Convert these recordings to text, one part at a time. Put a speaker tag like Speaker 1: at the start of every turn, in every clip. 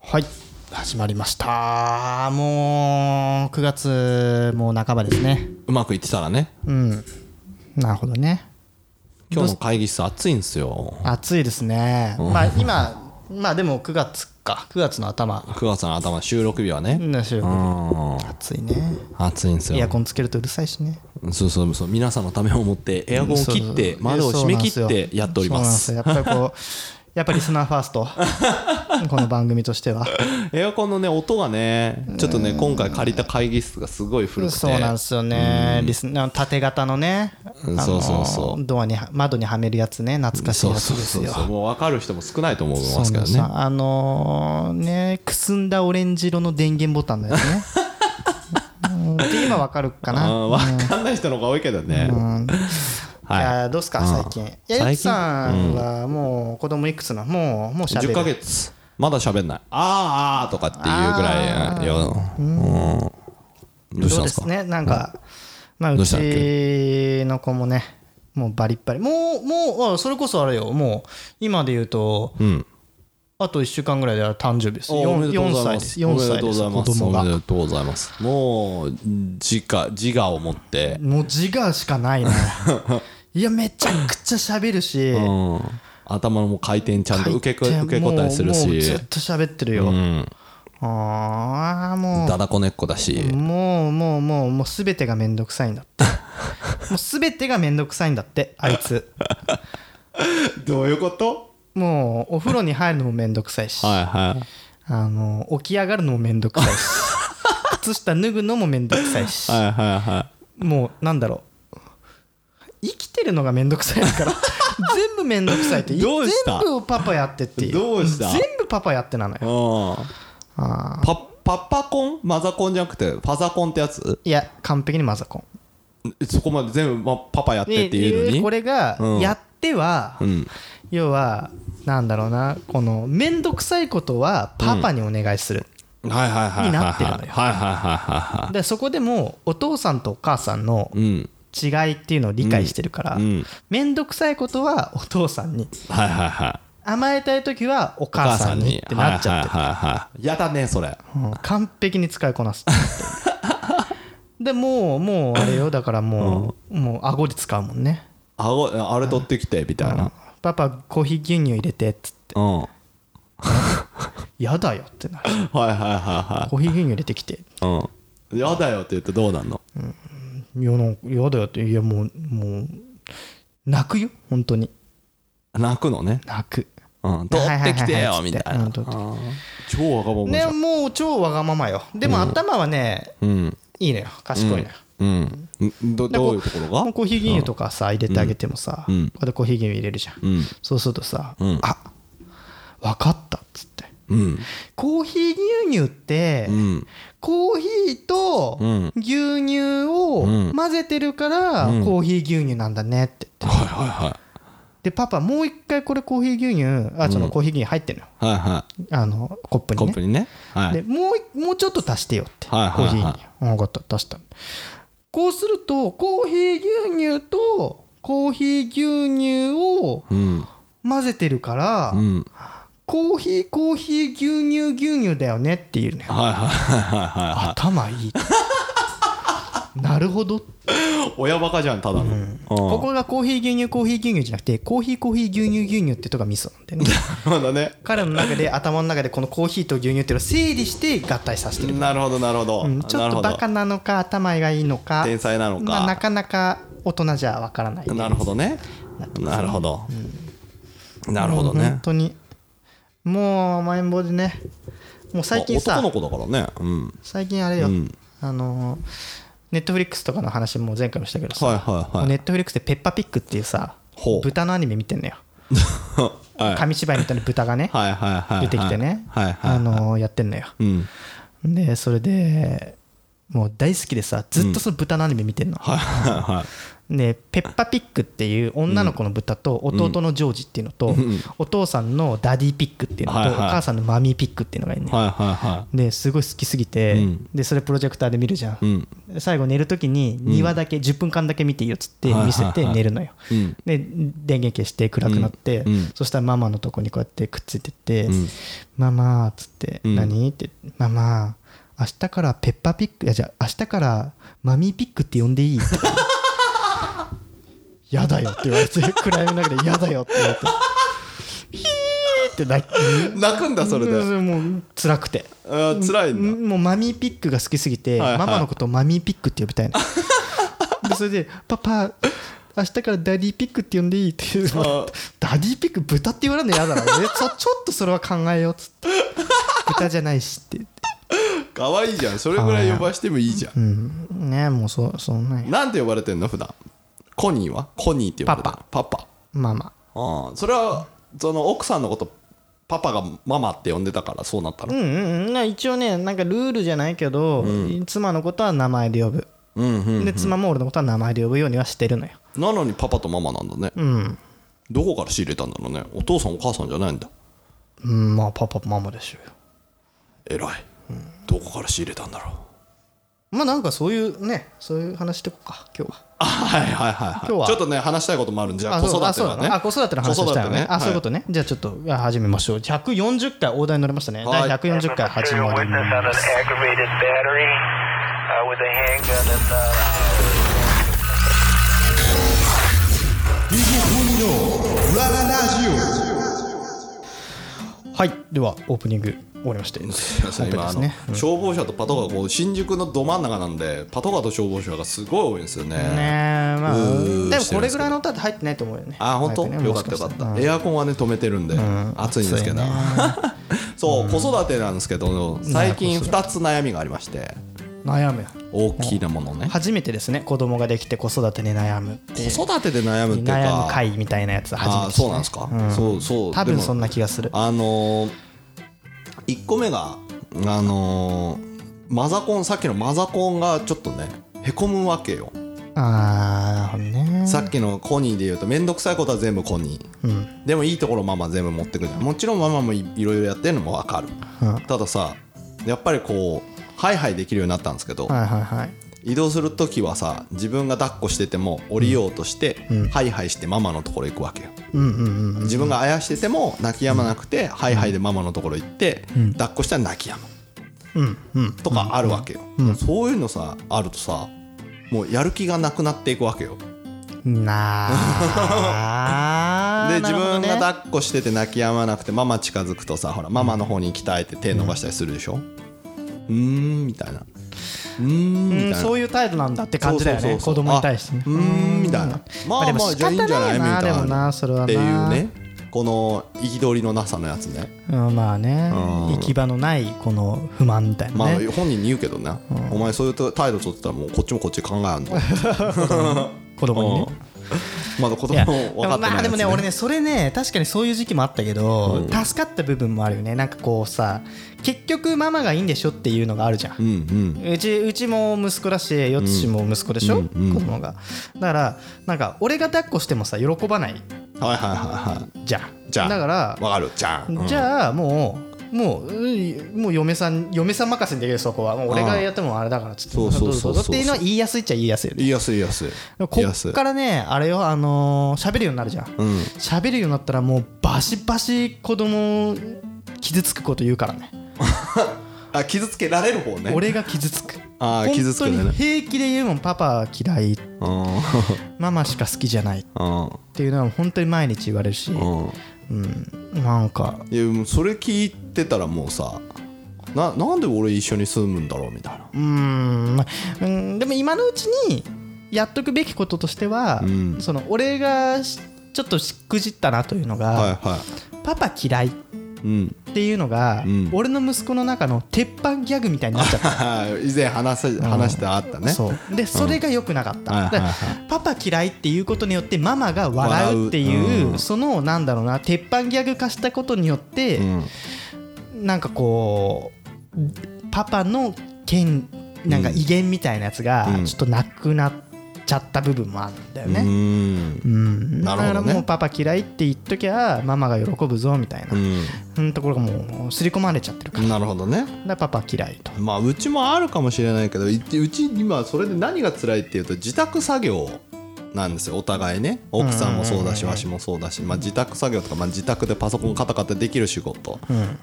Speaker 1: はい始まりましたもう9月もう半ばですね
Speaker 2: うまくいってたらね
Speaker 1: うんなるほどね
Speaker 2: 今日の会議室暑いんですよ
Speaker 1: 暑いですねまあ今まあでも9月か9月の頭
Speaker 2: 9月の頭収録日はね
Speaker 1: なし
Speaker 2: うん
Speaker 1: 暑いね
Speaker 2: 暑いんです
Speaker 1: エア
Speaker 2: よ
Speaker 1: コンつけるとうるさいしね
Speaker 2: そうそうそう皆さんのためを思ってエアコンを切って窓を閉め切ってやっておりま
Speaker 1: そ
Speaker 2: す
Speaker 1: うなんですよやっぱりこうやっぱりリスナーファース トこの番組としては
Speaker 2: エアコンのね音がねちょっとね今回借りた会議室がすごい古くて
Speaker 1: そうなんですよねリスナー縦型のねあ
Speaker 2: うん
Speaker 1: の
Speaker 2: そうそうそう
Speaker 1: ドアに窓にはめるやつね懐かしい
Speaker 2: そ
Speaker 1: や
Speaker 2: う
Speaker 1: つ
Speaker 2: そう
Speaker 1: です
Speaker 2: そう
Speaker 1: よ
Speaker 2: そうもう分かる人も少ないと思い
Speaker 1: そう
Speaker 2: ま
Speaker 1: な
Speaker 2: す
Speaker 1: ん
Speaker 2: け
Speaker 1: で
Speaker 2: ど
Speaker 1: すよ
Speaker 2: ね
Speaker 1: あのーねくすんだオレンジ色の電源ボタンのやつねうんで今わかるかな
Speaker 2: うん分かんない人の方が多いけどね
Speaker 1: い
Speaker 2: は
Speaker 1: やどうっすか最近いやゆきさんはもう子供いくつなのもうもう
Speaker 2: い
Speaker 1: しゃべ
Speaker 2: 10
Speaker 1: る
Speaker 2: ヶ月まだ喋んないあーあーとかっていうぐらいようんどうしたんですか
Speaker 1: そうですねなんか、まあ
Speaker 2: ど
Speaker 1: う
Speaker 2: うしたんだっ
Speaker 1: ちの子もねもうバリッバリもうもうあそれこそあれよもう今で言うと、
Speaker 2: ん
Speaker 1: あと1週間ぐらいで誕生日です
Speaker 2: おおめ
Speaker 1: 4,
Speaker 2: でとうござ
Speaker 1: 歳で
Speaker 2: いま
Speaker 1: す
Speaker 2: す。
Speaker 1: 4歳です子供
Speaker 2: お
Speaker 1: が
Speaker 2: めでとうございます。もう自我自我を持って、
Speaker 1: もう自我しか ないねいやめちゃくちゃ喋るし
Speaker 2: うん、頭のもう回転ちゃんと受けこ
Speaker 1: 回転
Speaker 2: 受け答えする
Speaker 1: もうもう
Speaker 2: し
Speaker 1: ずっ、と喋ってるよ、
Speaker 2: うん、
Speaker 1: ああもう
Speaker 2: だだこねっこだし、
Speaker 1: もうもうもうもう全てがめんどくさいんだって もう全てがめんどくさいんだってあいつ
Speaker 2: どういうこと？
Speaker 1: もうお風呂に入るのもめんどくさいし、
Speaker 2: はいはい。
Speaker 1: あの起き上がるのもめんどくさ いし靴下脱ぐのもめんどくさいし、
Speaker 2: はいはいは
Speaker 1: もうなんだろう生きてるのがめんどくさい から全部めんどくさいって
Speaker 2: どうした
Speaker 1: 全部をパパやってっていう
Speaker 2: どうした
Speaker 1: 全部パパやってなの
Speaker 2: い。う
Speaker 1: よ
Speaker 2: ん。
Speaker 1: あー
Speaker 2: パパパコンマザコンじゃなくてパザコンってやつ？
Speaker 1: いや完璧にマザコン
Speaker 2: そこまで全部まパパやってっていうの
Speaker 1: で
Speaker 2: に
Speaker 1: こ、れが
Speaker 2: うん
Speaker 1: やっては、
Speaker 2: うん。
Speaker 1: 要はなんだろうなこの面倒くさいことはパパにお願いする、
Speaker 2: はいはいはいはいはい。
Speaker 1: になってるのよ
Speaker 2: はいはいはいは
Speaker 1: でそこでもうお父さんとお母さんの
Speaker 2: い。うん。
Speaker 1: 違いっていうのを理解してるから
Speaker 2: うん
Speaker 1: 面倒、くさいことはお父さんに
Speaker 2: はいはいはい。
Speaker 1: 甘えたい時はお母さんにってなっちゃってる、
Speaker 2: はいはいはいはい。やだねそれ。
Speaker 1: うん完璧に使いこなす でもうもうあれよだからもう、もう顎で使うもんね
Speaker 2: あごあれ取ってきてみたいな。
Speaker 1: パパコーヒー牛乳入れてっつって
Speaker 2: うん。はい
Speaker 1: 嫌だよってな る
Speaker 2: はいはいは
Speaker 1: コーヒー牛乳入れてきて
Speaker 2: い。うん。やだよって言ってどうなんの
Speaker 1: いやなんか嫌だよっていやもうもう泣くよ本当に
Speaker 2: 泣くのね。
Speaker 1: 泣く
Speaker 2: うん。取ってきて
Speaker 1: はいはいはいは
Speaker 2: よ
Speaker 1: い
Speaker 2: みたい
Speaker 1: うん
Speaker 2: な。
Speaker 1: 取って
Speaker 2: 超若者じ
Speaker 1: ね
Speaker 2: ゃん。
Speaker 1: もう超わがままよでも頭はね、
Speaker 2: うん。
Speaker 1: いいのよ賢いのよ、
Speaker 2: うん。んど
Speaker 1: でこ
Speaker 2: どういうところ
Speaker 1: もう
Speaker 2: が
Speaker 1: コーヒー牛乳とかさ入れてあげてもさ、
Speaker 2: うん
Speaker 1: これでコーヒー牛乳入れるじゃん、
Speaker 2: うん。
Speaker 1: そうするとさ、
Speaker 2: うん
Speaker 1: あわかったっつって
Speaker 2: うん。
Speaker 1: コーヒー牛乳って、
Speaker 2: うん。
Speaker 1: コーヒーと
Speaker 2: うん
Speaker 1: 牛乳を混ぜてるから、
Speaker 2: うん
Speaker 1: コーヒー牛乳なんだねって
Speaker 2: はいはいはい。
Speaker 1: でパパもう一回これコーヒー牛乳あそのコーヒー牛乳入ってるのよ、
Speaker 2: はいは
Speaker 1: あのコップ
Speaker 2: い。
Speaker 1: に
Speaker 2: コ
Speaker 1: ね
Speaker 2: ップにね。は
Speaker 1: で
Speaker 2: い。
Speaker 1: もういもうちょっと足してよって、
Speaker 2: はいはいは
Speaker 1: コー
Speaker 2: い
Speaker 1: ヒー牛乳分かった足したこうするとコーヒー牛乳とコーヒー牛乳を
Speaker 2: うん。
Speaker 1: 混ぜてるから、
Speaker 2: うん。
Speaker 1: コーヒーコーヒー牛乳牛乳だよねっていうね
Speaker 2: はいはいはいはいは
Speaker 1: 頭い いなるほど、
Speaker 2: い。親バカじゃん、ただの。うん
Speaker 1: ここがコーヒー牛乳コーヒー牛乳じゃなくてコーヒーコーヒー牛乳牛乳ってとこがミソなんだよね
Speaker 2: まだね。
Speaker 1: 彼の中で頭の中でこのコーヒーと牛乳っていうのを整理して合体させてる
Speaker 2: なるほどなるほど。
Speaker 1: うんちょ
Speaker 2: な
Speaker 1: っ
Speaker 2: る
Speaker 1: と
Speaker 2: ほど
Speaker 1: バカなのか頭がいいのか
Speaker 2: 天才なのか
Speaker 1: まあ、なかなか大人じゃわからない
Speaker 2: なるほどね。なるほど。なるほど
Speaker 1: もう
Speaker 2: ね
Speaker 1: 本。当にもう甘えん坊でねもう最近
Speaker 2: まあ
Speaker 1: さ
Speaker 2: 男の子だからね。うん。
Speaker 1: 最近あれよ、
Speaker 2: うん
Speaker 1: あのネットフリックスとかの話も前回もしたけどさ、
Speaker 2: はいはいはい
Speaker 1: ネットフリックスでペッパピックっていうさ
Speaker 2: ほう
Speaker 1: 豚のアニメ見てんのよ、
Speaker 2: はい
Speaker 1: 紙芝居みたいな豚がね、
Speaker 2: はいはいはいはい。
Speaker 1: 出てきてね、
Speaker 2: はいはい。
Speaker 1: あ、のやってんのよ
Speaker 2: うん。
Speaker 1: でそれでもう大好きでさずっとその豚のアニメ見てんの、
Speaker 2: はいはいはい。
Speaker 1: でペッパピックっていう女の子の豚と弟のジョージっていうのと、お父さんのダディピックっていうのと、
Speaker 2: はいはい
Speaker 1: お母さんのマミーピックっていうのがいるね、
Speaker 2: はいはいは
Speaker 1: ですごい好きすぎて、
Speaker 2: うん
Speaker 1: でそれプロジェクターで見るじゃん
Speaker 2: い。う、ん。
Speaker 1: 最後寝る時に庭だけ10分間だけ見ていいよっつって見せて寝るのよ、
Speaker 2: うん。
Speaker 1: で電源消して暗くなって、
Speaker 2: うんうん
Speaker 1: そしたらママのとこにこうやってくっついてって「
Speaker 2: うん
Speaker 1: ママ」っつって「
Speaker 2: うん
Speaker 1: 何?」って「ママ明日からペッパーピックいやじゃあ明日からマミーピックって呼んでいい?」って「やだよ」って言われて暗闇の中で「やだよ」って言われ て「ヒー」って泣き
Speaker 2: 泣くんだ、それで。
Speaker 1: うんもう辛くて。
Speaker 2: あー辛いんだ。
Speaker 1: もうマミーピックが好きすぎて、
Speaker 2: はいはい
Speaker 1: ママのことをマミーピックって呼びたい のでそれで「パパ明日からダディピックって呼んでいい」って言う
Speaker 2: あ
Speaker 1: ダディピック豚って言われるの嫌だなえちょちょっとそれは考えようっつ って豚じゃないしって言って
Speaker 2: 可愛いじゃん。それぐらい呼ばしてもいいじゃん。
Speaker 1: うんねえもうそそんなんや
Speaker 2: なんて呼ばれてんの普段コニーはコニーって呼ばれてるパパ
Speaker 1: ママ
Speaker 2: ああそれはその奥さんのことパパがママって呼んでたからそうなった
Speaker 1: う
Speaker 2: の
Speaker 1: んうんうんな一応ねなんかルールじゃないけど、妻のことは名前で呼ぶ、
Speaker 2: うんうん
Speaker 1: で妻も俺のことは名前で呼ぶようにはしてるのよ
Speaker 2: なのにパパとママなんだね
Speaker 1: うん、
Speaker 2: どこから仕入れたんだろうねお父さんお母さんじゃないんだ
Speaker 1: うん、まあパパママでしょうよ
Speaker 2: 偉いどこから仕入れたんだろう
Speaker 1: まあなんかそういうねそういう話してこうか今日は
Speaker 2: あはいはいはいはい
Speaker 1: 今日は
Speaker 2: ちょっとね話したいこともあるんじゃあ子
Speaker 1: そう
Speaker 2: 育
Speaker 1: あ
Speaker 2: て
Speaker 1: そう
Speaker 2: は
Speaker 1: だ
Speaker 2: ね
Speaker 1: なあ子育ての話をしたよねあそういうことねじゃあちょっとあ始めましょう140回大台に乗りましたね
Speaker 2: は
Speaker 1: 第
Speaker 2: い
Speaker 1: 140回始まり
Speaker 3: Material witness on
Speaker 1: ま
Speaker 3: an
Speaker 1: す
Speaker 3: aggravated battery uh, with a handgun and. Uh,
Speaker 4: Raga Nagio.
Speaker 1: はいではオープニング終わりまして
Speaker 2: すいません今あ
Speaker 1: 本
Speaker 2: の、
Speaker 1: 編ですねうん
Speaker 2: 消防車とパトカーこう新宿のど真ん中なんでパトカーと消防車がすごい多いんですよね
Speaker 1: ねえまあ
Speaker 2: うー
Speaker 1: でもこれぐらいの歌って入ってないと思うよね
Speaker 2: あ本当、
Speaker 1: 入てね
Speaker 2: よかったよかっ
Speaker 1: もししたら
Speaker 2: エアコンはね止めてるんで、暑いんですけど、
Speaker 1: 暑いね
Speaker 2: そう、子育てなんですけど最近2つ悩みがありまして
Speaker 1: 悩むよ
Speaker 2: 大きなものね
Speaker 1: 初めてですね子供ができて子育てに悩むって
Speaker 2: 子育てで悩むっていうか
Speaker 1: 悩む会みたいなやつ初めて
Speaker 2: あ
Speaker 1: です
Speaker 2: そうなんですか、そうそう
Speaker 1: 多
Speaker 2: で
Speaker 1: 分
Speaker 2: も
Speaker 1: そんな気がする
Speaker 2: あの1個目があのーマザコンさっきのマザコンがちょっとねへこむわけよ、
Speaker 1: ああね
Speaker 2: さっきのコニーで言うと面倒くさいことは全部コニー、
Speaker 1: うん
Speaker 2: でもいいところママ全部持ってくじゃんもちろんママもいいろいろやってるのも分かる、
Speaker 1: うん
Speaker 2: たださやっぱりこうハイハイできるようになったんですけど、
Speaker 1: はいはいはい
Speaker 2: 移動する時はさ自分が抱っこしてても降りようとして、ハイハイしてママのところ行くわけよ、
Speaker 1: うんうんうん
Speaker 2: 自分があやしてても泣き止まなくて、ハイハイでママのところ行って、抱っこしたら泣き止む
Speaker 1: うんうん
Speaker 2: とかあるわけよ、そういうのさあるとさもうやる気がなくなっていくわけよ
Speaker 1: なあ
Speaker 2: で
Speaker 1: な
Speaker 2: 自
Speaker 1: るほど
Speaker 2: 分
Speaker 1: ね
Speaker 2: が抱っこしてて泣き止まなくてママ近づくとさほらママの方に行きたいって手伸ばしたりするでしょうーんみたいなうーんみた
Speaker 1: う
Speaker 2: い
Speaker 1: ん
Speaker 2: な
Speaker 1: そういう態度なんだって感じだよ
Speaker 2: そう
Speaker 1: ね
Speaker 2: そうそう
Speaker 1: 子供に対してね
Speaker 2: あうーんみたいなまあ
Speaker 1: でも
Speaker 2: まあ
Speaker 1: 仕
Speaker 2: じゃあ
Speaker 1: 方
Speaker 2: いいんじゃないみ
Speaker 1: ないな
Speaker 2: たいな
Speaker 1: でもなそれはな
Speaker 2: っていうねこの憤りのなさのやつね
Speaker 1: うんまあね
Speaker 2: うん
Speaker 1: 行き場のないこの不満みたい
Speaker 2: まあ
Speaker 1: なね
Speaker 2: 本人に言うけどねお前そういう態度取ってたらもうこっちもこっちで考えあ んの
Speaker 1: 子供にね
Speaker 2: まだ子
Speaker 1: いや
Speaker 2: 供分かってない
Speaker 1: まあ
Speaker 2: やつ
Speaker 1: でもね俺ねそれね確かにそういう時期もあったけど助かった部分もあるよねなんかこうさ結局ママがいいんでしょっていうのがあるじゃん
Speaker 2: うんうん
Speaker 1: うちうちも息子だし四つも息子でしょ、子供がだからなんか俺が抱っこしてもさ喜ばない
Speaker 2: はいはいはいは
Speaker 1: じゃん
Speaker 2: いじゃあ
Speaker 1: だから
Speaker 2: 分かるじゃあ
Speaker 1: じゃあもうもううんもう嫁さん嫁さん任せにできるそこはもう俺がやってもあれだからちょっと
Speaker 2: そ
Speaker 1: ど
Speaker 2: う
Speaker 1: う
Speaker 2: そ
Speaker 1: ぞ
Speaker 2: うそうそう
Speaker 1: どうぞっていうのは言いやすいっちゃ言いやすいよね
Speaker 2: 言いやすい言いやすい
Speaker 1: こ
Speaker 2: 言いやす
Speaker 1: っ
Speaker 2: い
Speaker 1: からねあれよあのー喋るようになるじゃん
Speaker 2: うん
Speaker 1: 喋るようになったらもうバシバシ子供傷つくこと言うからね
Speaker 2: あ傷つけられる方ね
Speaker 1: 俺が傷つく
Speaker 2: あー傷つくね
Speaker 1: 本当に平気で言うもんパパ嫌い
Speaker 2: うん
Speaker 1: ママしか好きじゃないっ
Speaker 2: うん
Speaker 1: ていうのは本当に毎日言われるし、
Speaker 2: うん
Speaker 1: うん、なんか
Speaker 2: いやもうそれ聞いてたらもうさななんで俺一緒に住むんだろうみたいな
Speaker 1: うーんまあうんでも今のうちにやっとくべきこととしては、
Speaker 2: うん
Speaker 1: その俺がしちょっとしくじったなというのが、
Speaker 2: はいは
Speaker 1: パパ嫌いっ
Speaker 2: いうん
Speaker 1: ていうのが、
Speaker 2: ん
Speaker 1: 俺の息子の中の鉄板ギャグみたいになっちゃった
Speaker 2: 以前話せ話してあった ね
Speaker 1: そうでそれが良くなかった、
Speaker 2: はいはいはい
Speaker 1: だからパパ嫌いっていうことによってママが笑うって
Speaker 2: 笑
Speaker 1: いうう
Speaker 2: うん
Speaker 1: そのなんだろうな鉄板ギャグ化したことによって、
Speaker 2: ん
Speaker 1: なんかこうパパの権なんか威厳みたいなやつが
Speaker 2: うん
Speaker 1: ちょっとなくなっちゃった部分もあるんだよね、
Speaker 2: うーん
Speaker 1: うん、
Speaker 2: なるほどね
Speaker 1: だからもうパパ嫌いって言っときゃママが喜ぶぞみたいな、うん、ところがもう刷り込まれちゃってるか
Speaker 2: う
Speaker 1: ら
Speaker 2: ん
Speaker 1: だか
Speaker 2: なるほどね
Speaker 1: らパパ嫌いと
Speaker 2: まあうちもあるかもしれないけどいうちうち今それで何が辛いっていうと自宅作業なんですよお互いね奥さんもそうだしわしもそうだし、まあ、自宅作業とか、まあ、自宅でパソコンカタカタできる仕事、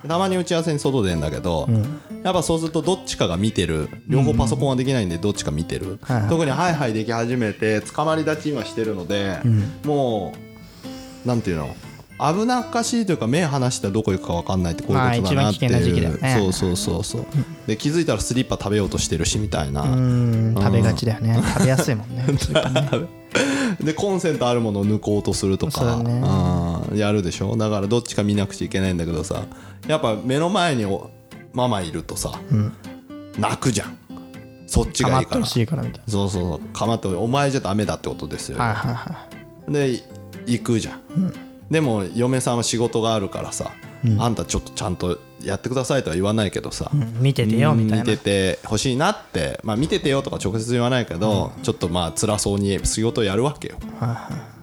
Speaker 2: たまに打ち合わせに外出るんだけど、やっぱそうするとどっちかが見てる両方パソコンはできないんでどっちか見てる、
Speaker 1: はいはい
Speaker 2: 特にハイハイでき始めて捕まり立ち今してるので、もうなんていうの危なっかしいというか目離したらどこ行くか分かんないってこういうことだなって
Speaker 1: まあ一番危険な時期
Speaker 2: い
Speaker 1: だ
Speaker 2: う、
Speaker 1: よね
Speaker 2: そうそうそうそうで気づいたらスリッパ食べようとしてるしみたいな、
Speaker 1: うん食べがちだよね 食べやすいもんね
Speaker 2: でコンセントあるものを抜こうとすると
Speaker 1: そう
Speaker 2: か
Speaker 1: だね
Speaker 2: うんやるでしょだからどっちか見なくちゃいけないんだけどさやっぱ目の前におママいるとさ、泣くじゃんそっち
Speaker 1: かま
Speaker 2: がい
Speaker 1: っ
Speaker 2: いか
Speaker 1: て
Speaker 2: ら
Speaker 1: ほしいからみたい
Speaker 2: そうそうそう構ってお前じゃダメだってことですよ、
Speaker 1: なはいはいはい
Speaker 2: でい行くじゃん、でも嫁さんは仕事があるからさ、あんたちょっとちゃんとやってくださいとは言わないけどさ、
Speaker 1: うん見ててよみたいな
Speaker 2: 見ててほしいなって、まあ、見ててよとか直接言わないけど、ちょっとまあ辛そうに仕事やるわけよ、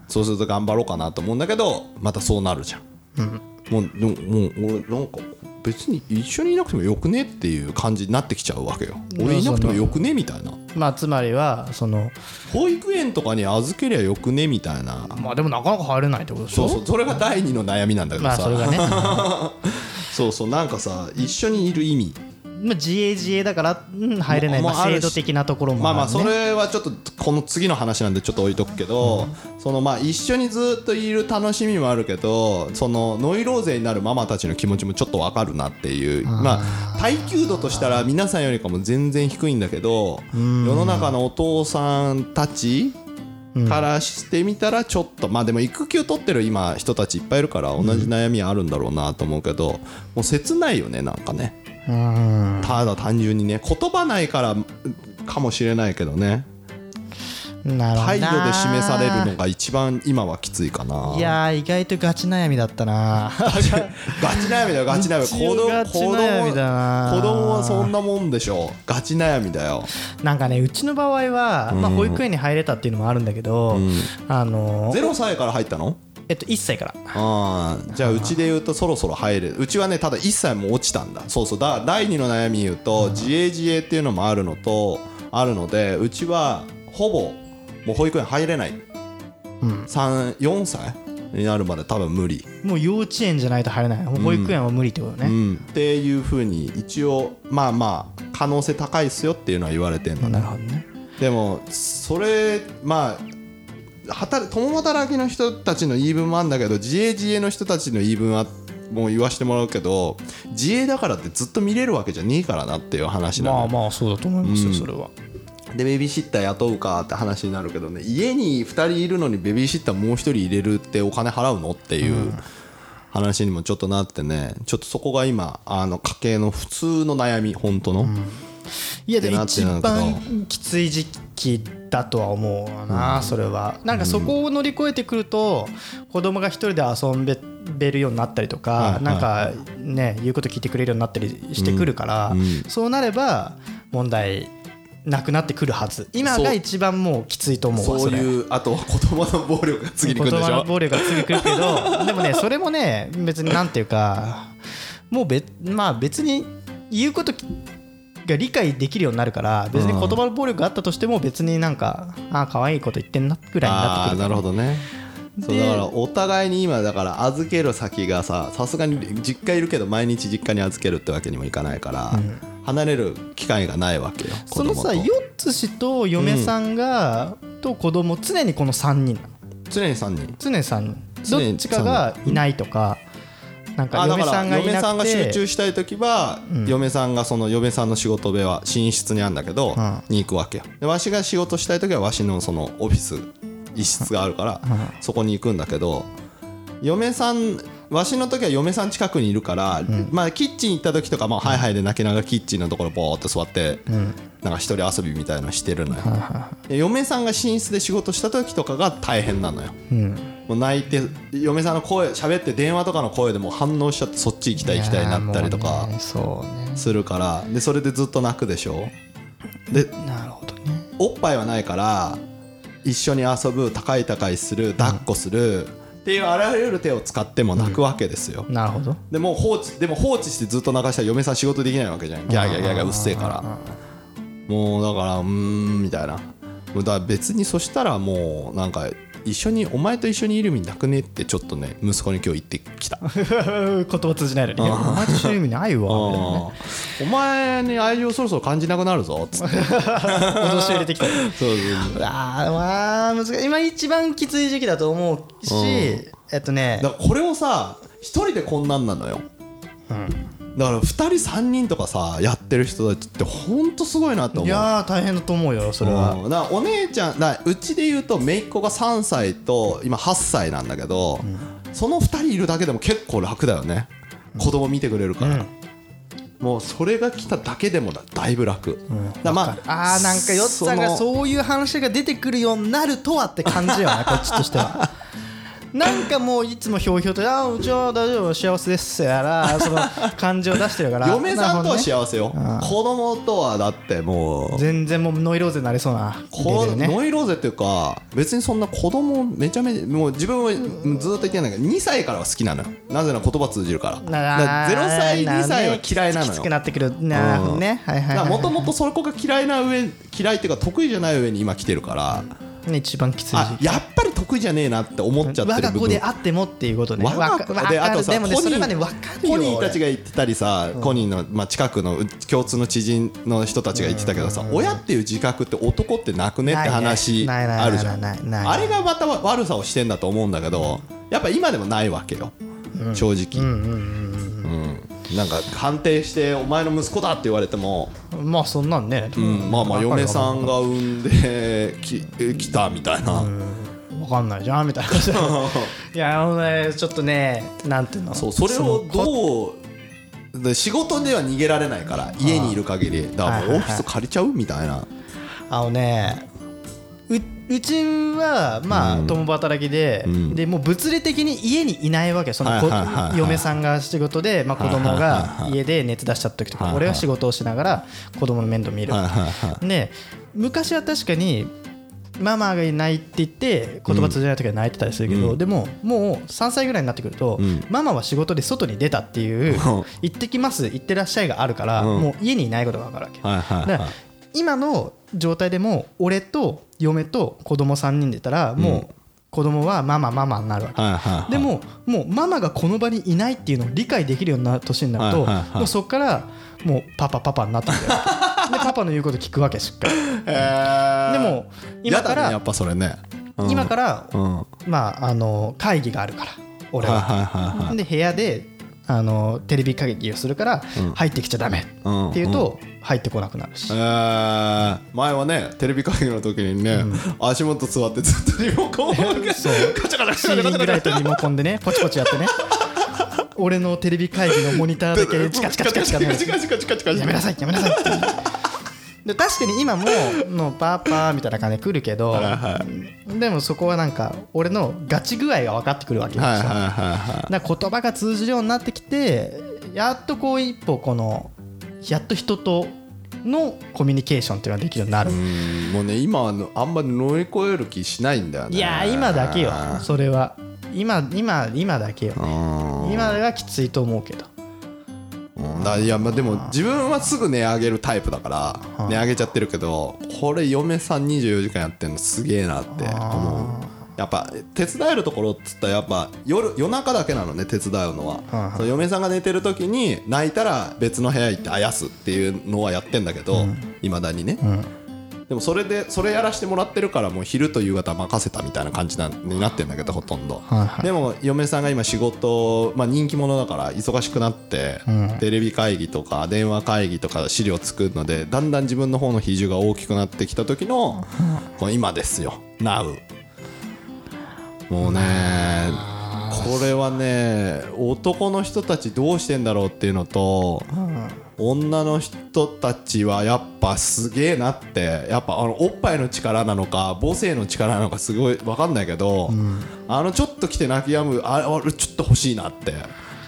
Speaker 2: そうすると頑張ろうかなと思うんだけどまたそうなるじゃん、もうでももう俺なんか別に一緒にいなくてもよくねっていう感じになってきちゃうわけよ俺いなくてもよくねみたいな
Speaker 1: まあつまりはその
Speaker 2: 保育園とかに預けりゃよくねみたいな
Speaker 1: まあでもなかなか入れないってことでし
Speaker 2: そ
Speaker 1: ょ
Speaker 2: うそうそれが第二の悩みなんだけど
Speaker 1: まあ
Speaker 2: さ、
Speaker 1: それがねま
Speaker 2: そうそうなんかさ一緒にいる意味
Speaker 1: あ自衛自衛だからうん入れない、
Speaker 2: もう
Speaker 1: まあ、
Speaker 2: もうある
Speaker 1: 制
Speaker 2: し
Speaker 1: 度的なところも
Speaker 2: まあまあ
Speaker 1: るね
Speaker 2: それはちょっとこの次の話なんでちょっと置いとくけど、そのまあ一緒にずっといる楽しみもあるけどそのノイローゼになるママたちの気持ちもちょっとわかるなっていうまあ耐久度としたら皆さんよりかも全然低いんだけど世の中のお父さんたちからしてみたらちょっとまあでも育休取ってる今人たちいっぱいいるから同じ悩みあるんだろうなと思うけどもう切ないよねなんかね。
Speaker 1: うん
Speaker 2: ただ単純にね言葉ないからかもしれないけどね
Speaker 1: なるほ
Speaker 2: 態
Speaker 1: どな
Speaker 2: 度で示されるのが一番今はきついかない
Speaker 1: いやー意外とガチ悩みだったな
Speaker 2: ガチ悩みだよガチ悩み子
Speaker 1: 一応
Speaker 2: 供
Speaker 1: ガチ悩みだな
Speaker 2: 子供子供はそんなもんでしょうガチ悩みだよ
Speaker 1: なんかねうちの場合は、まあ、保育園に入れたっていうのもあるんだけど、あの
Speaker 2: 0歳から入ったの
Speaker 1: えっと1歳から
Speaker 2: あーじゃあうちで言うとそろそろ入れるうちはねただ1歳も落ちたんだそうそうだ第2の悩み言うと自営自営っていうのもあるのとあるのでうちはほぼもう保育園入れない、三4歳になるまで多分無理
Speaker 1: もう幼稚園じゃないと入れない保育園は無理ってことね、
Speaker 2: うん、っていうふうに一応まあまあ可能性高いっすよっていうのは言われてんの
Speaker 1: な
Speaker 2: ね
Speaker 1: るほどね
Speaker 2: でもそれまあ働共働きの人たちの言い分もあるんだけど自営自営の人たちの言い分はもう言わしてもらうけど自営だからってずっと見れるわけじゃねえからなっていう話なの
Speaker 1: ま
Speaker 2: よ
Speaker 1: あまあそうだと思いますよ、それは
Speaker 2: でベビーシッター雇うかって話になるけどね家に2人いるのにベビーシッターもう1人入れるってお金払うのっていう話にもちょっとなってねちょっとそこが今あの家計の普通の悩み本当の、
Speaker 1: いやでも
Speaker 2: って
Speaker 1: 一
Speaker 2: なってるんだけど
Speaker 1: 番きつい時期だとは思うな、それはなんかそこを乗り越えてくると子供が一人で遊んべべるようになったりとか、
Speaker 2: はいはい
Speaker 1: なんかね言うこと聞いてくれるようになったりしてくるから、そうなれば問題なくなってくるはず今が一番もうきついと思うわ
Speaker 2: そう
Speaker 1: れ
Speaker 2: いうあとは言葉の暴力が次に来るん
Speaker 1: 言
Speaker 2: でし
Speaker 1: 葉の
Speaker 2: ょ
Speaker 1: 暴力がすぐ来るけどでもねそれもね別になんていうかもう別,、まあ、別に言うことが理解できるようになるから別に言葉の暴力があったとしても別になんかああ可愛いこと言ってんなぐらいになって
Speaker 2: あ
Speaker 1: く
Speaker 2: あ
Speaker 1: る
Speaker 2: なるほどねそう
Speaker 1: で
Speaker 2: だからお互いに今だから預ける先がささすがに実家いるけど毎日実家に預けるってわけにもいかないから、離れる機会がないわけよ
Speaker 1: そのさ
Speaker 2: 子供
Speaker 1: 4
Speaker 2: と
Speaker 1: つ氏と嫁さんが、と子供常にこの3人なの
Speaker 2: 常に3人
Speaker 1: 常に3人
Speaker 2: 常に
Speaker 1: どっちかがいないとか、なんか
Speaker 2: あだ
Speaker 1: 嫁
Speaker 2: か
Speaker 1: さ
Speaker 2: ら
Speaker 1: んがい
Speaker 2: 嫁
Speaker 1: な
Speaker 2: さん
Speaker 1: く
Speaker 2: が集
Speaker 1: て
Speaker 2: 中したい時は、嫁さんがその嫁さんの仕事部は寝室にあるんだけど、
Speaker 1: ん
Speaker 2: に行くわけよでわしが仕事したい時はわしのそのオフィス一室があるから、そこに行くんだけど嫁さんわしの時は嫁さん近くにいるから、まあキッチン行った時とかまあハイハイで泣きながらキッチンのところボーっと座って、なんか一人遊びみたいのしてるのよ、で嫁さんが寝室で仕事した時とかが大変なのよ、もう泣いて嫁さんの声喋って電話とかの声でもう反応しちゃってそっち行きたい行きたいになったりと
Speaker 1: いやー
Speaker 2: か
Speaker 1: もうねそうね
Speaker 2: するからでそれでずっと泣くでしょで
Speaker 1: なるほどね
Speaker 2: おっぱいはないから一緒に遊ぶ高い高いする抱っこするっていうあらゆる手を使っても泣くわけですよ、
Speaker 1: なるほど
Speaker 2: でもう放置でも放置してずっと流したら嫁さん仕事できないわけじゃんギャーギャーギャーギャーうっせえからもうだからうーんみたいなもうだから別にそしたらもうなんか一緒にお前と一緒にいる意味なくねってちょっとね息子に今日言ってきた
Speaker 1: 言葉通じないのにいやお前と一緒に意味ないわみたいなね
Speaker 2: お前に愛情そろそろ感じなくなるぞつって
Speaker 1: 脅しを入れてきた
Speaker 2: そうそうそう
Speaker 1: うわあまあ難しい今一番きつい時期だと思うし、えっとね
Speaker 2: だからこれをさ一人でこんなんなのよ、だから2人3人とかさやってる人たちってほんとすごいなと思う
Speaker 1: いやー大変だと思うよそれは、
Speaker 2: うんだからお姉ちゃんだからうちで言うと姪っ子が3歳と今8歳なんだけど、その2人いるだけでも結構楽だよね子供見てくれるから、もうそれが来ただけでもだだいぶ楽、だからま
Speaker 1: ああーなんかよっさんが
Speaker 2: その
Speaker 1: そういう話が出てくるようになるとはって感じよねこっちとして は。なんかもういつもひょうひょうと「ああうちは大丈夫幸せです」やらその感じを出してるか ら
Speaker 2: 嫁さんとは
Speaker 1: なるほどね
Speaker 2: 幸せよ、子供とはだってもう
Speaker 1: 全然もうノイローゼになりそうなレ
Speaker 2: こ
Speaker 1: ベ
Speaker 2: う
Speaker 1: ルね
Speaker 2: ノイローゼっていうか別にそんな子供めちゃめちゃもう自分はずっと言ってんだけど2歳からは好きなのよなぜなら言葉通じるから
Speaker 1: な
Speaker 2: だから0歳2歳は嫌いな
Speaker 1: き
Speaker 2: の
Speaker 1: つ
Speaker 2: よ
Speaker 1: くなってくるなるほどねはいはいはい
Speaker 2: もともとそこが嫌いな上嫌いっていうか得意じゃない上に今来てるから
Speaker 1: ね一番きつい時
Speaker 2: あ
Speaker 1: 期
Speaker 2: やっぱり得意じゃねえなって思っちゃって
Speaker 1: 我
Speaker 2: る
Speaker 1: が
Speaker 2: 部
Speaker 1: 子で
Speaker 2: 分
Speaker 1: あってもっていうことね
Speaker 2: わが
Speaker 1: わか
Speaker 2: 子
Speaker 1: わかる
Speaker 2: あとさ
Speaker 1: でもね
Speaker 2: コニー
Speaker 1: それはね分かるよ
Speaker 2: コニーたち
Speaker 1: が
Speaker 2: が言ってたりさコニーのまあ近くのう共通の知人の人たちが言ってたけどさ親っていう自覚って男ってなくねって話
Speaker 1: ないねないない
Speaker 2: あるじゃん
Speaker 1: ないないないない
Speaker 2: あれがまた悪さをしてんだと思うんだけどやっぱ今でもないわけよ正直うんなんか判定してお前の息子だって言われても
Speaker 1: まあそんなんね
Speaker 2: うんまあま
Speaker 1: わか
Speaker 2: あ
Speaker 1: る
Speaker 2: 嫁
Speaker 1: わかる
Speaker 2: さんが産んでき来たみたいな
Speaker 1: わかんないじゃんみ たいな話いやあのねちょっとねなんていうの
Speaker 2: そうそれをどうで仕事では逃げられないから家にいる限りだから
Speaker 1: はいは
Speaker 2: もう
Speaker 1: いはい
Speaker 2: オフィス借りちゃうみたいな
Speaker 1: あのねううちはまあ共働きで、
Speaker 2: ん
Speaker 1: でもう物理的に家にいないわけよその子、
Speaker 2: はいはいはいはい
Speaker 1: 嫁さんが仕事で、まあ、子供が家で熱出しちゃった時とか、
Speaker 2: はいはい
Speaker 1: 俺は仕事をしながら子供の面倒見る、
Speaker 2: はいはいは
Speaker 1: で昔は確かにママがいないって言って言葉通じない時は泣いてたりするけど、
Speaker 2: うん
Speaker 1: でももう3歳ぐらいになってくると、
Speaker 2: ん
Speaker 1: ママは仕事で外に出たっていう行ってきます行ってらっしゃいがあるから、
Speaker 2: うん
Speaker 1: もう家にいないことが分かるわけ、
Speaker 2: はいはい
Speaker 1: だ
Speaker 2: はい
Speaker 1: から今の状態でも俺と嫁と子供3人でたらもう子供はママママになるわけ、
Speaker 2: はいはい
Speaker 1: でももうママがこの場にいないっていうのを理解できるような年になると、
Speaker 2: はいはいはい
Speaker 1: もうそこからもうパパパパになって くるわけでパパの言うこと聞くわけしっかりでも今か
Speaker 2: やだねや
Speaker 1: ら
Speaker 2: っぱそれねうん
Speaker 1: 今から
Speaker 2: うんは
Speaker 1: まああの会議があるから
Speaker 2: い
Speaker 1: 俺
Speaker 2: はい
Speaker 1: は
Speaker 2: はいはい
Speaker 1: で部屋であのテレビ会議をするから入ってきちゃダメ
Speaker 2: うん
Speaker 1: っていうと入ってこなくなるし
Speaker 2: えー前はねテレビ会議の時にね足元座ってずっとリモコンをガチャガチャガチャガチ
Speaker 1: シー
Speaker 2: ャ
Speaker 1: リ
Speaker 2: ガ
Speaker 1: ン
Speaker 2: チャ
Speaker 1: グラ
Speaker 2: ガ
Speaker 1: イ
Speaker 2: チ
Speaker 1: トリモコンでね、ポチポチやってね。俺のテレビ会議のモニターだけチカチカチカチカ
Speaker 2: ガチガチガチガチガチ
Speaker 1: やめなさい、やめなさいって。で確かに今ものパーパーみたいな感じで来るけどでもそこはなんか俺のガチ具合が分かってくるわけよ、
Speaker 2: はいはい
Speaker 1: その
Speaker 2: はいはい
Speaker 1: だから言葉が通じるようになってきてやっとこう一歩このやっと人とのコミュニケーションっていうのができるようになる、
Speaker 2: うんもうね今はのあんまり乗り越える気しないんだよね
Speaker 1: いやー今だけよそれは今今今だけよ
Speaker 2: うん
Speaker 1: 今はきついと思うけど
Speaker 2: うんだいやまあでも自分はすぐ値上げるタイプだから値上げちゃってるけどこれ嫁さん24時間やってんのすげえなって思うやっぱ手伝えるところっつったらやっぱ夜夜中だけなのね手伝うのはその嫁さんが寝てる時に泣いたら別の部屋行ってあやすっていうのはやってんだけどいまだにねでもそれでそれやらしてもらってるからもう昼と夕方任せたみたいな感じなになってんだけどほとんど、
Speaker 1: はいはい
Speaker 2: でも嫁さんが今仕事、まあ、人気者だから忙しくなって、テレビ会議とか電話会議とか資料作るのでだんだん自分の方の比重が大きくなってきた時の、この今ですよ Now もうねこれはね男の人たちどうしてんだろうっていうのと、女の人たちはやっぱすげえなってやっぱあのおっぱいの力なのか母性の力なのかすごい分かんないけど、あのちょっと来て泣き止むああれちょっと欲しいなって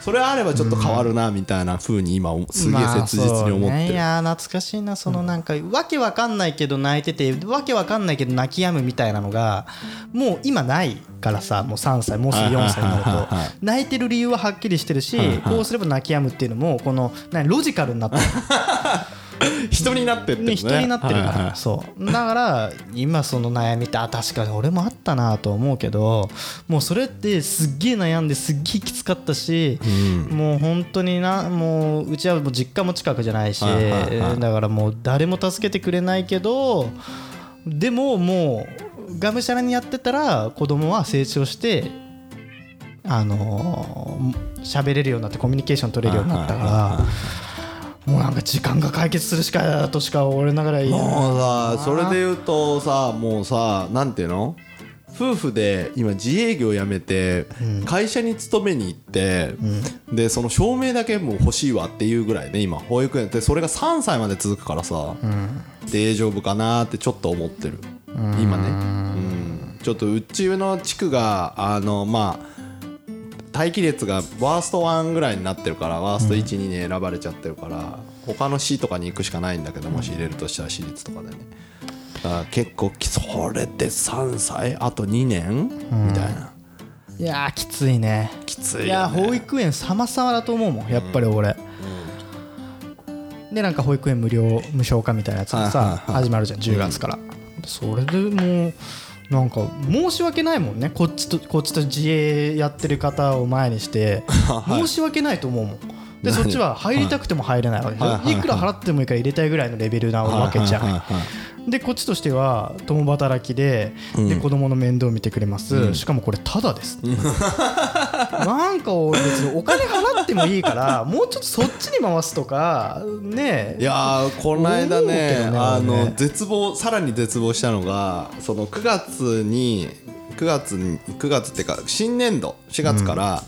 Speaker 2: それあればちょっと変わるなみたいな風に今すげえ切実
Speaker 1: まあ
Speaker 2: に思
Speaker 1: そう
Speaker 2: っ
Speaker 1: ね
Speaker 2: て
Speaker 1: い
Speaker 2: る
Speaker 1: やー懐かしいなそのなんか、わけわかんないけど泣いててわけわかんないけど泣き止むみたいなのがもう今ないからさもう3歳もうすぐ4歳にな
Speaker 2: はいはい
Speaker 1: ると
Speaker 2: はいはい
Speaker 1: 泣いてる理由ははっきりしてるし、
Speaker 2: はいはい
Speaker 1: こうすれば泣き止むっていうのもこのなロジカルになってる
Speaker 2: 人になってってるね
Speaker 1: 人になってるから、
Speaker 2: はいはい
Speaker 1: そうだから今その悩みってあ確かに俺もあったなと思うけどもうそれってすっげえ悩んですっげえきつかったし、もう本当になもううちはもう実家も近くじゃないし、
Speaker 2: はいはいはい
Speaker 1: だからもう誰も助けてくれないけどでももうがむしゃらにやってたら子供は成長してあのー喋れるようになってコミュニケーション取れるようになったから。もうなんか時間が解決するしかとしか俺ながら言えない
Speaker 2: もうさそれで言うとさもうさなんていうの夫婦で今自営業辞めて会社に勤めに行って、でその証明だけもう欲しいわっていうぐらいね今保育園ってそれが3歳まで続くからさ、大丈夫かなってちょっと思ってる今ねうんちょっとうちの地区があのまあ待機列がワースト1ぐらいになってるからワースト12、に選ばれちゃってるから他の市とかに行くしかないんだけどもし入れるとしたら私立とかでねだから結構きそれで3歳あと2年みたいない
Speaker 1: やーきついね
Speaker 2: きついよ、ね、
Speaker 1: いやー保育園様々だと思うもんやっぱり俺、でなんか保育園無料無償化みたいなやつが
Speaker 2: はい
Speaker 1: さ
Speaker 2: はいはい
Speaker 1: 始まるじゃん10月から、それでもうなんか申し訳ないもんねこっちとこっちと自営やってる方を前にして 申し訳ないと思うもんでそっちは入りたくても入れないわけでしょ
Speaker 2: はいはいはい
Speaker 1: いくら払ってもいいから入れたいぐらいのレベルなわけじゃん、
Speaker 2: はいはいはいはい
Speaker 1: でこっちとしては共働きで,、で子供の面倒を見てくれます、しかもこれタダです、なんか俺別にお金払ってもいい からもうちょっとそっちに回すとかね
Speaker 2: いやーこの間ね
Speaker 1: 思うけどね
Speaker 2: あ
Speaker 1: 俺
Speaker 2: の
Speaker 1: ね
Speaker 2: 絶望さらに絶望したのがその9月に9月に9月ってか新年度4月から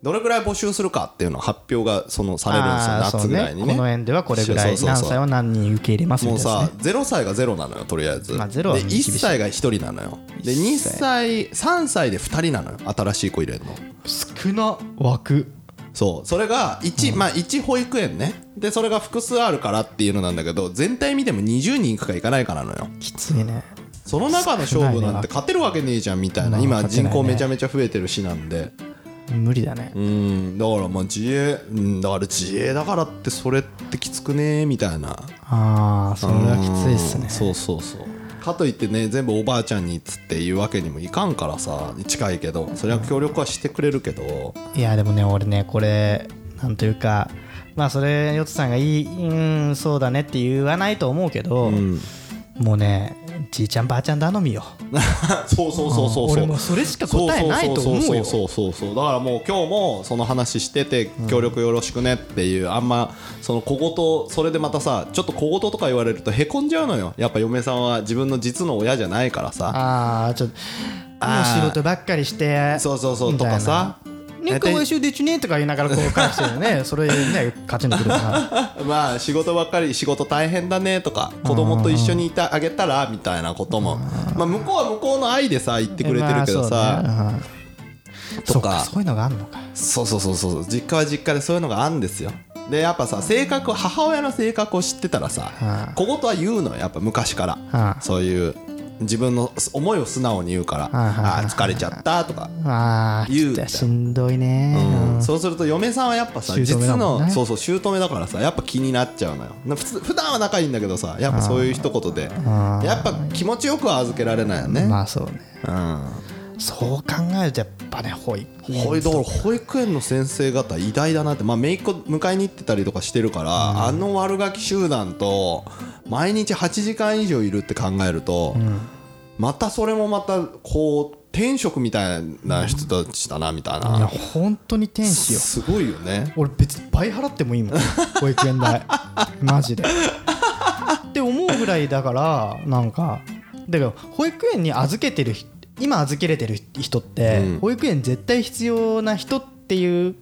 Speaker 2: どれぐらい募集するかっていうの発表がそのされるんですよ
Speaker 1: あー
Speaker 2: 夏
Speaker 1: そう
Speaker 2: ぐ
Speaker 1: ね
Speaker 2: らいにね
Speaker 1: この園ではこれぐらい
Speaker 2: そうそうそう
Speaker 1: 何歳は何人受け入れますみ
Speaker 2: も
Speaker 1: た
Speaker 2: う
Speaker 1: いな、
Speaker 2: さ
Speaker 1: ね、
Speaker 2: 0歳が0なのよとりあえず、
Speaker 1: まあゼロは
Speaker 2: で
Speaker 1: 厳しい
Speaker 2: 1歳が1人なのよで2歳3歳で2人なのよ新しい子入れるの
Speaker 1: 少な枠
Speaker 2: そうそれが1、まあ1保育園ねでそれが複数あるからっていうのなんだけど全体見ても20人いくかいかないかなのよ
Speaker 1: きついね
Speaker 2: その中の勝負なんて勝てるわけねえじゃんみたいな今
Speaker 1: 勝て
Speaker 2: 人
Speaker 1: ないね
Speaker 2: 口めちゃめちゃ増えてる市なんで
Speaker 1: 無理だね、
Speaker 2: うんだからまあ自衛うんだから自衛だからってそれってきつくねえみたいな
Speaker 1: ああそれはきついっす
Speaker 2: うん
Speaker 1: ね
Speaker 2: そうそうそうかといってね全部おばあちゃんにっつっていうわけにもいかんからさ近いけどそれは協力はしてくれるけど
Speaker 1: いやでもね俺ねこれなんというかまあそれヨットさんがいいうんそうだねって言わないと思うけど、もうねじいちゃんばあちゃん頼みよ
Speaker 2: そうそうそうそうそう
Speaker 1: 俺もうそれしか答えないと思うよ
Speaker 2: そうそうそうそうそうだからもう今日もその話してて協力よろしくねっていう、あんまその小言それでまたさちょっと小言とか言われるとへこんじゃうのよやっぱ嫁さんは自分の実の親じゃないからさ
Speaker 1: ああちょっともう
Speaker 2: あー
Speaker 1: 仕事ばっかりして
Speaker 2: そうそうそう
Speaker 1: み
Speaker 2: と
Speaker 1: たいな
Speaker 2: かさ
Speaker 1: ねかわいそうでちゅねとか言いながらこう返してるよねそれね勝ちにくる な
Speaker 2: まあ仕事ばっかり仕事大変だねとか子供と一緒にいてあげたらみたいなこともまあ向こうは向こうの愛でさ言ってくれてるけどさ
Speaker 1: まあそうねうんそ
Speaker 2: と
Speaker 1: っ
Speaker 2: か
Speaker 1: かそういうのがあんのか
Speaker 2: そうそうそうそう実家は実家でそういうのがあるんですよでやっぱさ性格母親の性格を知ってたらさ
Speaker 1: うん
Speaker 2: 小言は言うのよやっぱ昔か
Speaker 1: う
Speaker 2: ら
Speaker 1: ん
Speaker 2: そういう自分の思いを素直に言うから
Speaker 1: ん
Speaker 2: あー疲れちゃったとか
Speaker 1: ああ
Speaker 2: 言う
Speaker 1: しんどいね、
Speaker 2: うんそうすると嫁さんはやっぱさ
Speaker 1: 姑
Speaker 2: 実
Speaker 1: だもんね
Speaker 2: のそうそう姑だからさやっぱ気になっちゃうのよな普通普段は仲いいんだけどさやっぱそういう一言でやっぱ気持ちよくは預けられないよね、
Speaker 1: まあそうね
Speaker 2: う
Speaker 1: そう考えるとやっぱね保育
Speaker 2: ん、保育だから保育園の先生方偉大だなってまあ姪っ子迎えに行ってたりとかしてるから、あの悪ガキ集団と毎日8時間以上いるって考えると、またそれもまたこう天職みたいな人たちだなみたい
Speaker 1: いや
Speaker 2: な
Speaker 1: 本当に天使よ
Speaker 2: すごいよね
Speaker 1: 俺別に倍払ってもいいもん保育園代マジでって思うぐらいだからなんかだから保育園に預けてる人今預けれてる人って、保育園絶対必要な人っていう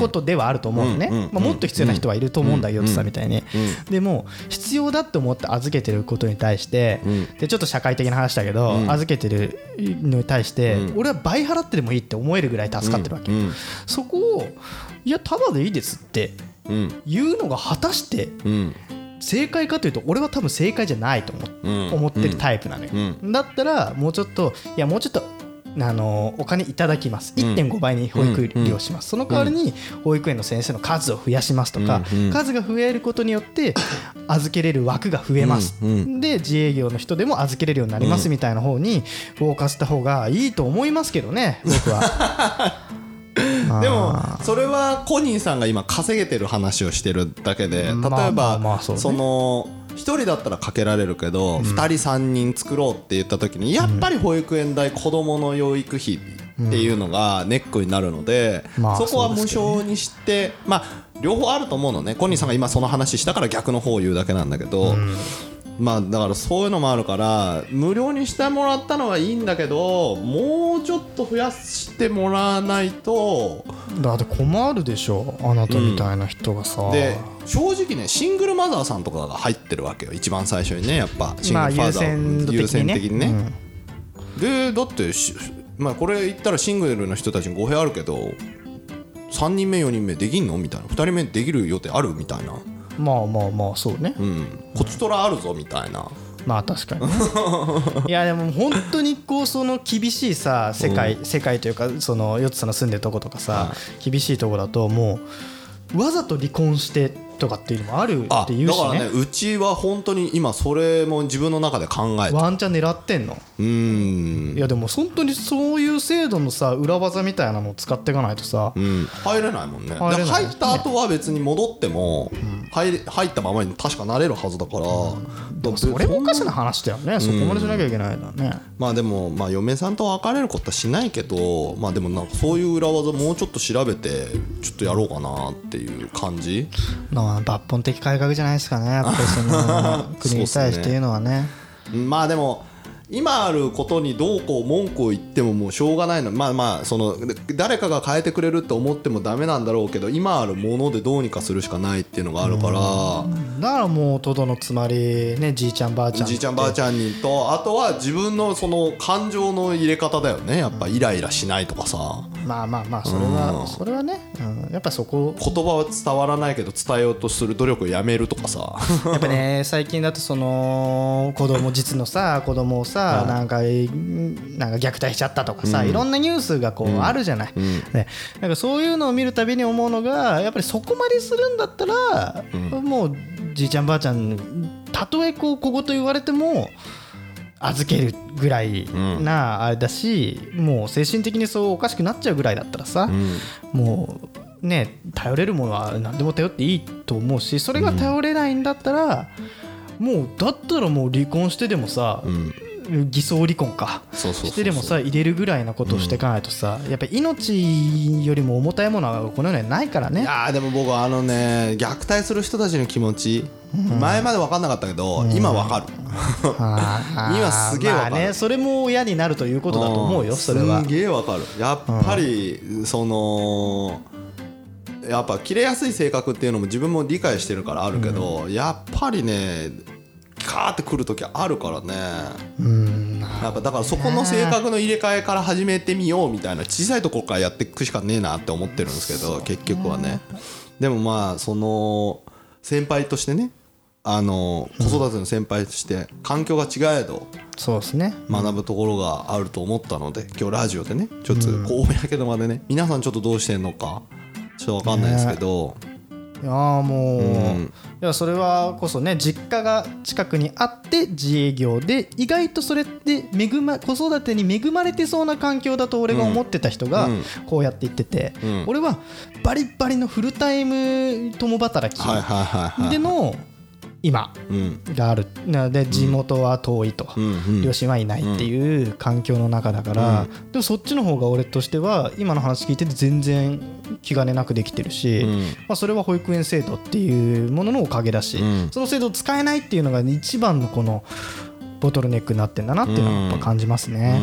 Speaker 1: ことではあると思うのね、
Speaker 2: うんうん
Speaker 1: まあ、もっと必要な人はいると思うんだよってさみたいに、でも必要だと思って預けてることに対して、でちょっと社会的な話だけど、預けてるのに対して、俺は倍払ってでもいいって思えるぐらい助かってるわけ、
Speaker 2: うん
Speaker 1: そこをいやただでいいですって
Speaker 2: うん
Speaker 1: 言うのが果たして
Speaker 2: うん
Speaker 1: 正解かというと俺は多分正解じゃないと思,、
Speaker 2: うん
Speaker 1: 思ってるタイプなのよ、だったらもうちょっといやもうちょっとあのお金いただきます1.5倍に保育料します、その代わりに保育園の先生の数を増やしますとか、数が増えることによって預けれる枠が増えます、で自営業の人でも預けれるようになりますみたいな方にフォーカスした方がいいと思いますけどね僕 は
Speaker 2: でもそれはコニーさんが今稼げてる話をしてるだけで例
Speaker 1: ま
Speaker 2: え
Speaker 1: あまあまあ
Speaker 2: ば
Speaker 1: そうね
Speaker 2: その1人だったらかけられるけど2人3人作ろうって言った時にやっぱり保育園代子どもの養育費っていうのがネックになるので
Speaker 1: まあ
Speaker 2: そこは
Speaker 1: そう
Speaker 2: 無
Speaker 1: ですけどね
Speaker 2: 償にしてまあ両方あると思うのねコニーさんが今その話したから逆の方を言うだけなんだけど。まあだからそういうのもあるから無料にしてもらったのはいいんだけどもうちょっと増やしてもらわないと
Speaker 1: だって困るでしょあなたみたいな人がさ、
Speaker 2: で正直ねシングルマザーさんとかが入ってるわけよ一番最初にねやっぱシングルファーザーを
Speaker 1: 優先度
Speaker 2: 優先的
Speaker 1: 的
Speaker 2: に
Speaker 1: に
Speaker 2: ね
Speaker 1: ね
Speaker 2: でだってしまあ、これ言ったらシングルの人たちに語弊あるけど3人目4人目できんのみたいな2人目できる予定あるみたいな、
Speaker 1: まあまあまあそうね、
Speaker 2: うん、コチトラあるぞみたいな
Speaker 1: まあ確か にねいやでも本当にこうその厳しいさ世界、世界というかそのヨッツさんの住んでるとことかさ、厳しいとこだともうわざと離婚してとかっていうのもある
Speaker 2: あ
Speaker 1: っていう
Speaker 2: だ
Speaker 1: し
Speaker 2: から
Speaker 1: ね
Speaker 2: ねうちは本当に今それも自分の中で考えて
Speaker 1: ワンチャン狙ってんの
Speaker 2: うーん
Speaker 1: いやでも本当にそういう制度のさ裏技みたいなのを使っていかないとさ、
Speaker 2: うん、入れないもんね
Speaker 1: 入れない
Speaker 2: で入った後は別に戻っても、入れ入ったままに確かなれるはずだから、だ
Speaker 1: それもおかしな話だよね、そこまでしなきゃいけないんだね、
Speaker 2: まあでも、まあ、嫁さんと別れることはしないけど、まあ、でもなんかそういう裏技もうちょっと調べてちょっとやろうかなっていう感じ
Speaker 1: まあ抜本的改革じゃないですかねやっぱりそ の国に対して言うのはね
Speaker 2: まあでも今あることにどうこう文句を言ってももうしょうがないのまあまあそので誰かが変えてくれると思ってもダメなんだろうけど今あるものでどうにかするしかないっていうのがあるから。
Speaker 1: だからもうとどのつまりねじいちゃんばあちゃん
Speaker 2: じいちゃんばあちゃんにとあとは自分のその感情の入れ方だよねやっぱイライラしないとかさ
Speaker 1: まあまあまあそれはそれはね、うん、やっぱそ こ
Speaker 2: 言葉は伝わらないけど伝えようとする努力をやめると かさ
Speaker 1: やっぱね最近だとその子供実のさ子供をさなんかうんなんか虐待しちゃったとかさ、いろんなニュースがこうあるじゃない、ね、なんかそういうのを見るたびに思うのがやっぱりそこまでするんだったら、もうじいちゃんばあちゃんたとえこう小言言われても預けるぐらいなあれだし、もう精神的にそうおかしくなっちゃうぐらいだったらさ、もうね頼れるものは何でも頼っていいと思うしそれが頼れないんだったら、もうだったらもう離偽装離婚してでもさ、偽装離婚か
Speaker 2: そうそうそうそう
Speaker 1: してでもさ入れるぐらいなことをしていかないとさ、やっぱ命よりも重たいものはこの世にはないから
Speaker 2: い
Speaker 1: ね。
Speaker 2: やーでも僕はあのね虐待する人たちの気持ち前まで分かんなかったけど今分かる
Speaker 1: あー
Speaker 2: 今すげえわか
Speaker 1: まあ
Speaker 2: る
Speaker 1: ねそれも親になるということだと思うよ
Speaker 2: ん
Speaker 1: それは
Speaker 2: すん。げえ分かるやっぱりそのやっぱ切れやすい性格っていうのも自分も理解してるからあるけどやっぱりねカーってくる時あるからね
Speaker 1: うん
Speaker 2: やっぱだからそこの性格の入れ替えから始めてみようみたいな小さいところからやっていくしかねえなって思ってるんですけど結局はねでもまあその先輩としてねあの子育ての先輩として環境が違えど
Speaker 1: そうですね。
Speaker 2: 学ぶところがあると思ったので今日ラジオでねちょっと公の場でね皆さんちょっとどうしてんのかちょっとわかんないですけど
Speaker 1: いやーもう、いやそれはこそね実家が近くにあって自営業で意外とそれって恵ま子育てに恵まれてそうな環境だと俺が思ってた人が
Speaker 2: うん
Speaker 1: こうやって言ってて、
Speaker 2: ん
Speaker 1: 俺はバリバリのフルタイム共働き
Speaker 2: はいはいはいはい
Speaker 1: での今
Speaker 2: うん
Speaker 1: があるなので地元は遠いと、
Speaker 2: うん
Speaker 1: 両親はいないっていう環境の中だから、でもそっちの方が俺としては今の話聞いてて全然気兼ねなくできてるし、
Speaker 2: ん
Speaker 1: まあ、それは保育園制度っていうもののおかげだし、
Speaker 2: ん
Speaker 1: その制度を使えないっていうのが一番のこのボトルネックになってんだなっていうのはやっぱ感じます
Speaker 2: う
Speaker 1: ね、
Speaker 2: ん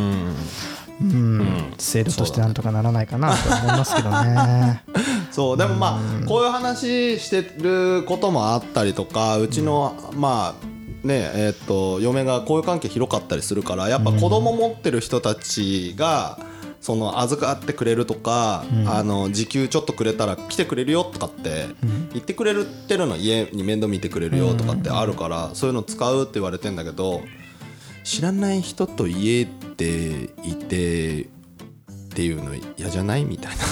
Speaker 1: うん制度としてなんとかならないかなと思いますけどね。
Speaker 2: そうでもまあこういう話してることもあったりとかうちの、まあねえーっと嫁が交友関係広かったりするからやっぱ子供持ってる人たちが。その預かってくれるとか、あの時給ちょっとくれたら来てくれるよとかって言ってくれるってるの家に面倒見てくれるよとかってあるから、そういうの使うって言われてんだけど知らない人と家でいてっていうの嫌じゃないみたいな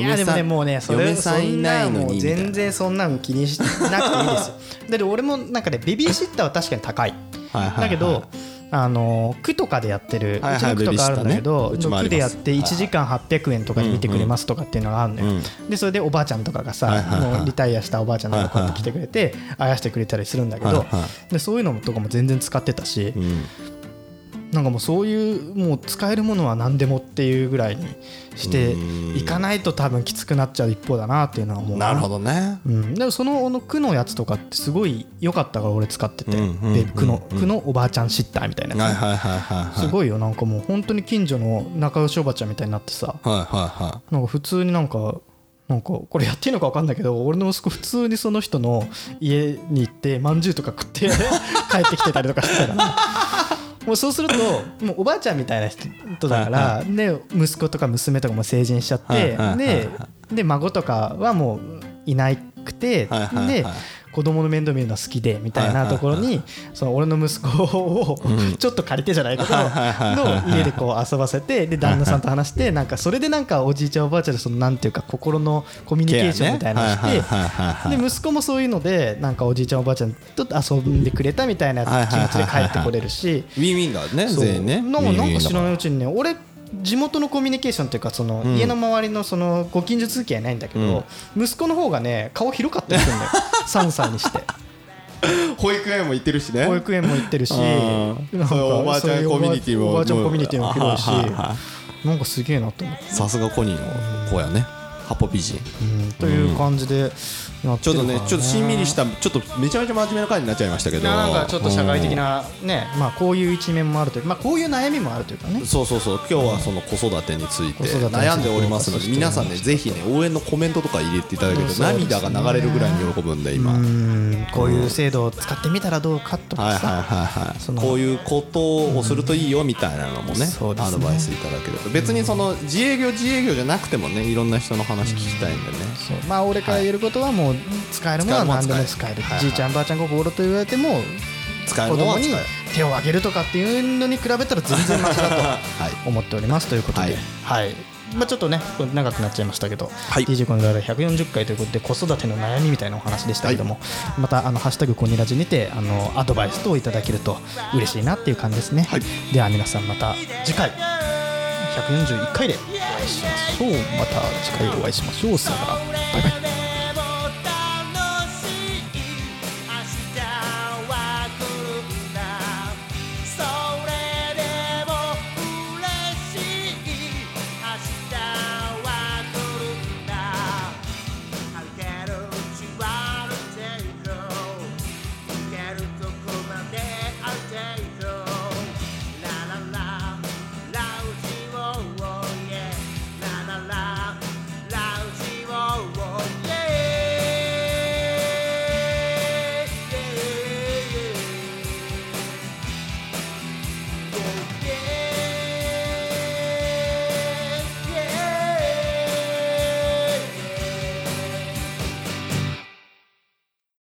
Speaker 1: いやでもねもうねそれ
Speaker 2: 嫁
Speaker 1: そ
Speaker 2: さんい
Speaker 1: ん
Speaker 2: な
Speaker 1: ない
Speaker 2: の
Speaker 1: も
Speaker 2: に
Speaker 1: う
Speaker 2: みたいな
Speaker 1: 全然そんなの気にし なくていいですよだって俺もなんかねベビーシッターは確かに高い
Speaker 2: はいはいはい
Speaker 1: だけどあの区とかでやってる、
Speaker 2: はいはいう
Speaker 1: ちの区とかあるんだけど、
Speaker 2: ベビーシッターねうちもあります
Speaker 1: 区でやって1時間800円とかで見てくれますとかっていうのがあるのよ、でそれでおばあちゃんとかがさ、
Speaker 2: はいはいはい
Speaker 1: もうリタイアしたおばあちゃんとかこうやって来てくれて、あやしてくれたりするんだけど、
Speaker 2: はいは
Speaker 1: でそういうのとかも全然使ってたし、
Speaker 2: うん
Speaker 1: なんかもうそういうもう使えるものは何でもっていうぐらいにしていかないと多分きつくなっちゃう一方だなっていうのは思う
Speaker 2: なるほどね
Speaker 1: うん、でもそのあの区のやつとかってすごい良かったから俺使ってて、
Speaker 2: うんうんうん
Speaker 1: で区の区のおばあちゃんシッターみたいな
Speaker 2: はい
Speaker 1: や
Speaker 2: はいはいはいは
Speaker 1: つ、
Speaker 2: い
Speaker 1: すごいよなんかもう本当に近所の仲良しおばちゃんみたいになってさ
Speaker 2: はいはいは
Speaker 1: なんか普通になんかなんかこれやっていいのか分かんないけど俺の息子普通にその人の家に行ってまんじゅうとか食って 帰ってきてたりとかしてたから。もうそうするともうおばあちゃんみたいな人だから、で息子とか娘とかも成人しちゃって、
Speaker 2: はいはいはいはい
Speaker 1: でで孫とかはもういなくて、
Speaker 2: はいはいはい
Speaker 1: で子供の面倒見るのは好きでみたいなところに、その俺の息子を ちょっと借りてじゃないけど、
Speaker 2: はいはいはいはいはい
Speaker 1: の家でこう遊ばせてで旦那さんと話してなんかそれでなんかおじいちゃんおばあちゃんでそのなんていうか心のコミュニケーションみたいなのをして、
Speaker 2: ケアねはいはいはいはいはい
Speaker 1: で息子もそういうのでなんかおじいちゃんおばあちゃんと遊んでくれたみたいな気持ちで帰ってこれるし。
Speaker 2: いウィンウィンだね
Speaker 1: そう
Speaker 2: 全員ね
Speaker 1: なんかなんか知らな
Speaker 2: ウィンウィンだ
Speaker 1: いうちにね俺地元のコミュニケーションというかその家の周りのそのご近所付き合いないんだけど、息子の方がね顔広かったりする んだよ3歳にして
Speaker 2: から保育園も行ってるしね
Speaker 1: 保育園も行ってるし
Speaker 2: うん
Speaker 1: なんか
Speaker 2: そういうおばあち
Speaker 1: そ
Speaker 2: ゃん
Speaker 1: ういう
Speaker 2: コミュニティも
Speaker 1: おばあちゃんコミュニティも広いし
Speaker 2: はいはいは
Speaker 1: なんかすげえなと思って、
Speaker 2: さすがコニーの子やねハポ美人
Speaker 1: うんという感じでやって
Speaker 2: ちょ
Speaker 1: る
Speaker 2: っ
Speaker 1: か
Speaker 2: と
Speaker 1: ら
Speaker 2: ねちょっとしんみりしたちょっとめちゃめちゃ真面目な回になっちゃいましたけど
Speaker 1: なんかちょっと社会的なね、まあ、こういう一面もあるというか、まあ、こういう悩みもあるというかね
Speaker 2: そうそうそう今日はその子育てについて
Speaker 1: 子育てについて
Speaker 2: 悩んでおりますので
Speaker 1: そうそう
Speaker 2: 皆さんねぜひね応援のコメントとか入れていただけると
Speaker 1: そうです
Speaker 2: 涙
Speaker 1: ね
Speaker 2: が流れるぐらいに喜ぶんで今は
Speaker 1: う
Speaker 2: い
Speaker 1: んこういう制度を使ってみたらどうかと
Speaker 2: はい
Speaker 1: かさ、
Speaker 2: はいはい
Speaker 1: その
Speaker 2: こういうことをするといいよみたいなのもね
Speaker 1: そうです
Speaker 2: ア
Speaker 1: ね
Speaker 2: ドバイスいただけると別にその自営業自営業じゃなくてもねいろんな人の話聞きたいんでね
Speaker 1: そうまあ俺から言えることはもう使えるものは何でも使える
Speaker 2: 使えるものは使える
Speaker 1: じいちゃんばあちゃん心と言われても
Speaker 2: 使え
Speaker 1: 子
Speaker 2: るものは
Speaker 1: 供
Speaker 2: 使
Speaker 1: に
Speaker 2: える
Speaker 1: 手を挙げるとかっていうのに比べたら全然マシだ
Speaker 2: はい
Speaker 1: と思っておりますということで、
Speaker 2: はい
Speaker 1: はいまあ、ちょっとねこれ長くなっちゃいましたけど、
Speaker 2: い
Speaker 1: DJ コニララ140回ということで子育ての悩みみたいなお話でしたけども、またあの「ハッシュタグコニラジ」にてあのアドバイス等いただけると嬉しいなっていう感じですね、
Speaker 2: はい
Speaker 1: では皆さんまた次回141回でお会いしましょうまた次回お会いしましょうさよならバイバイ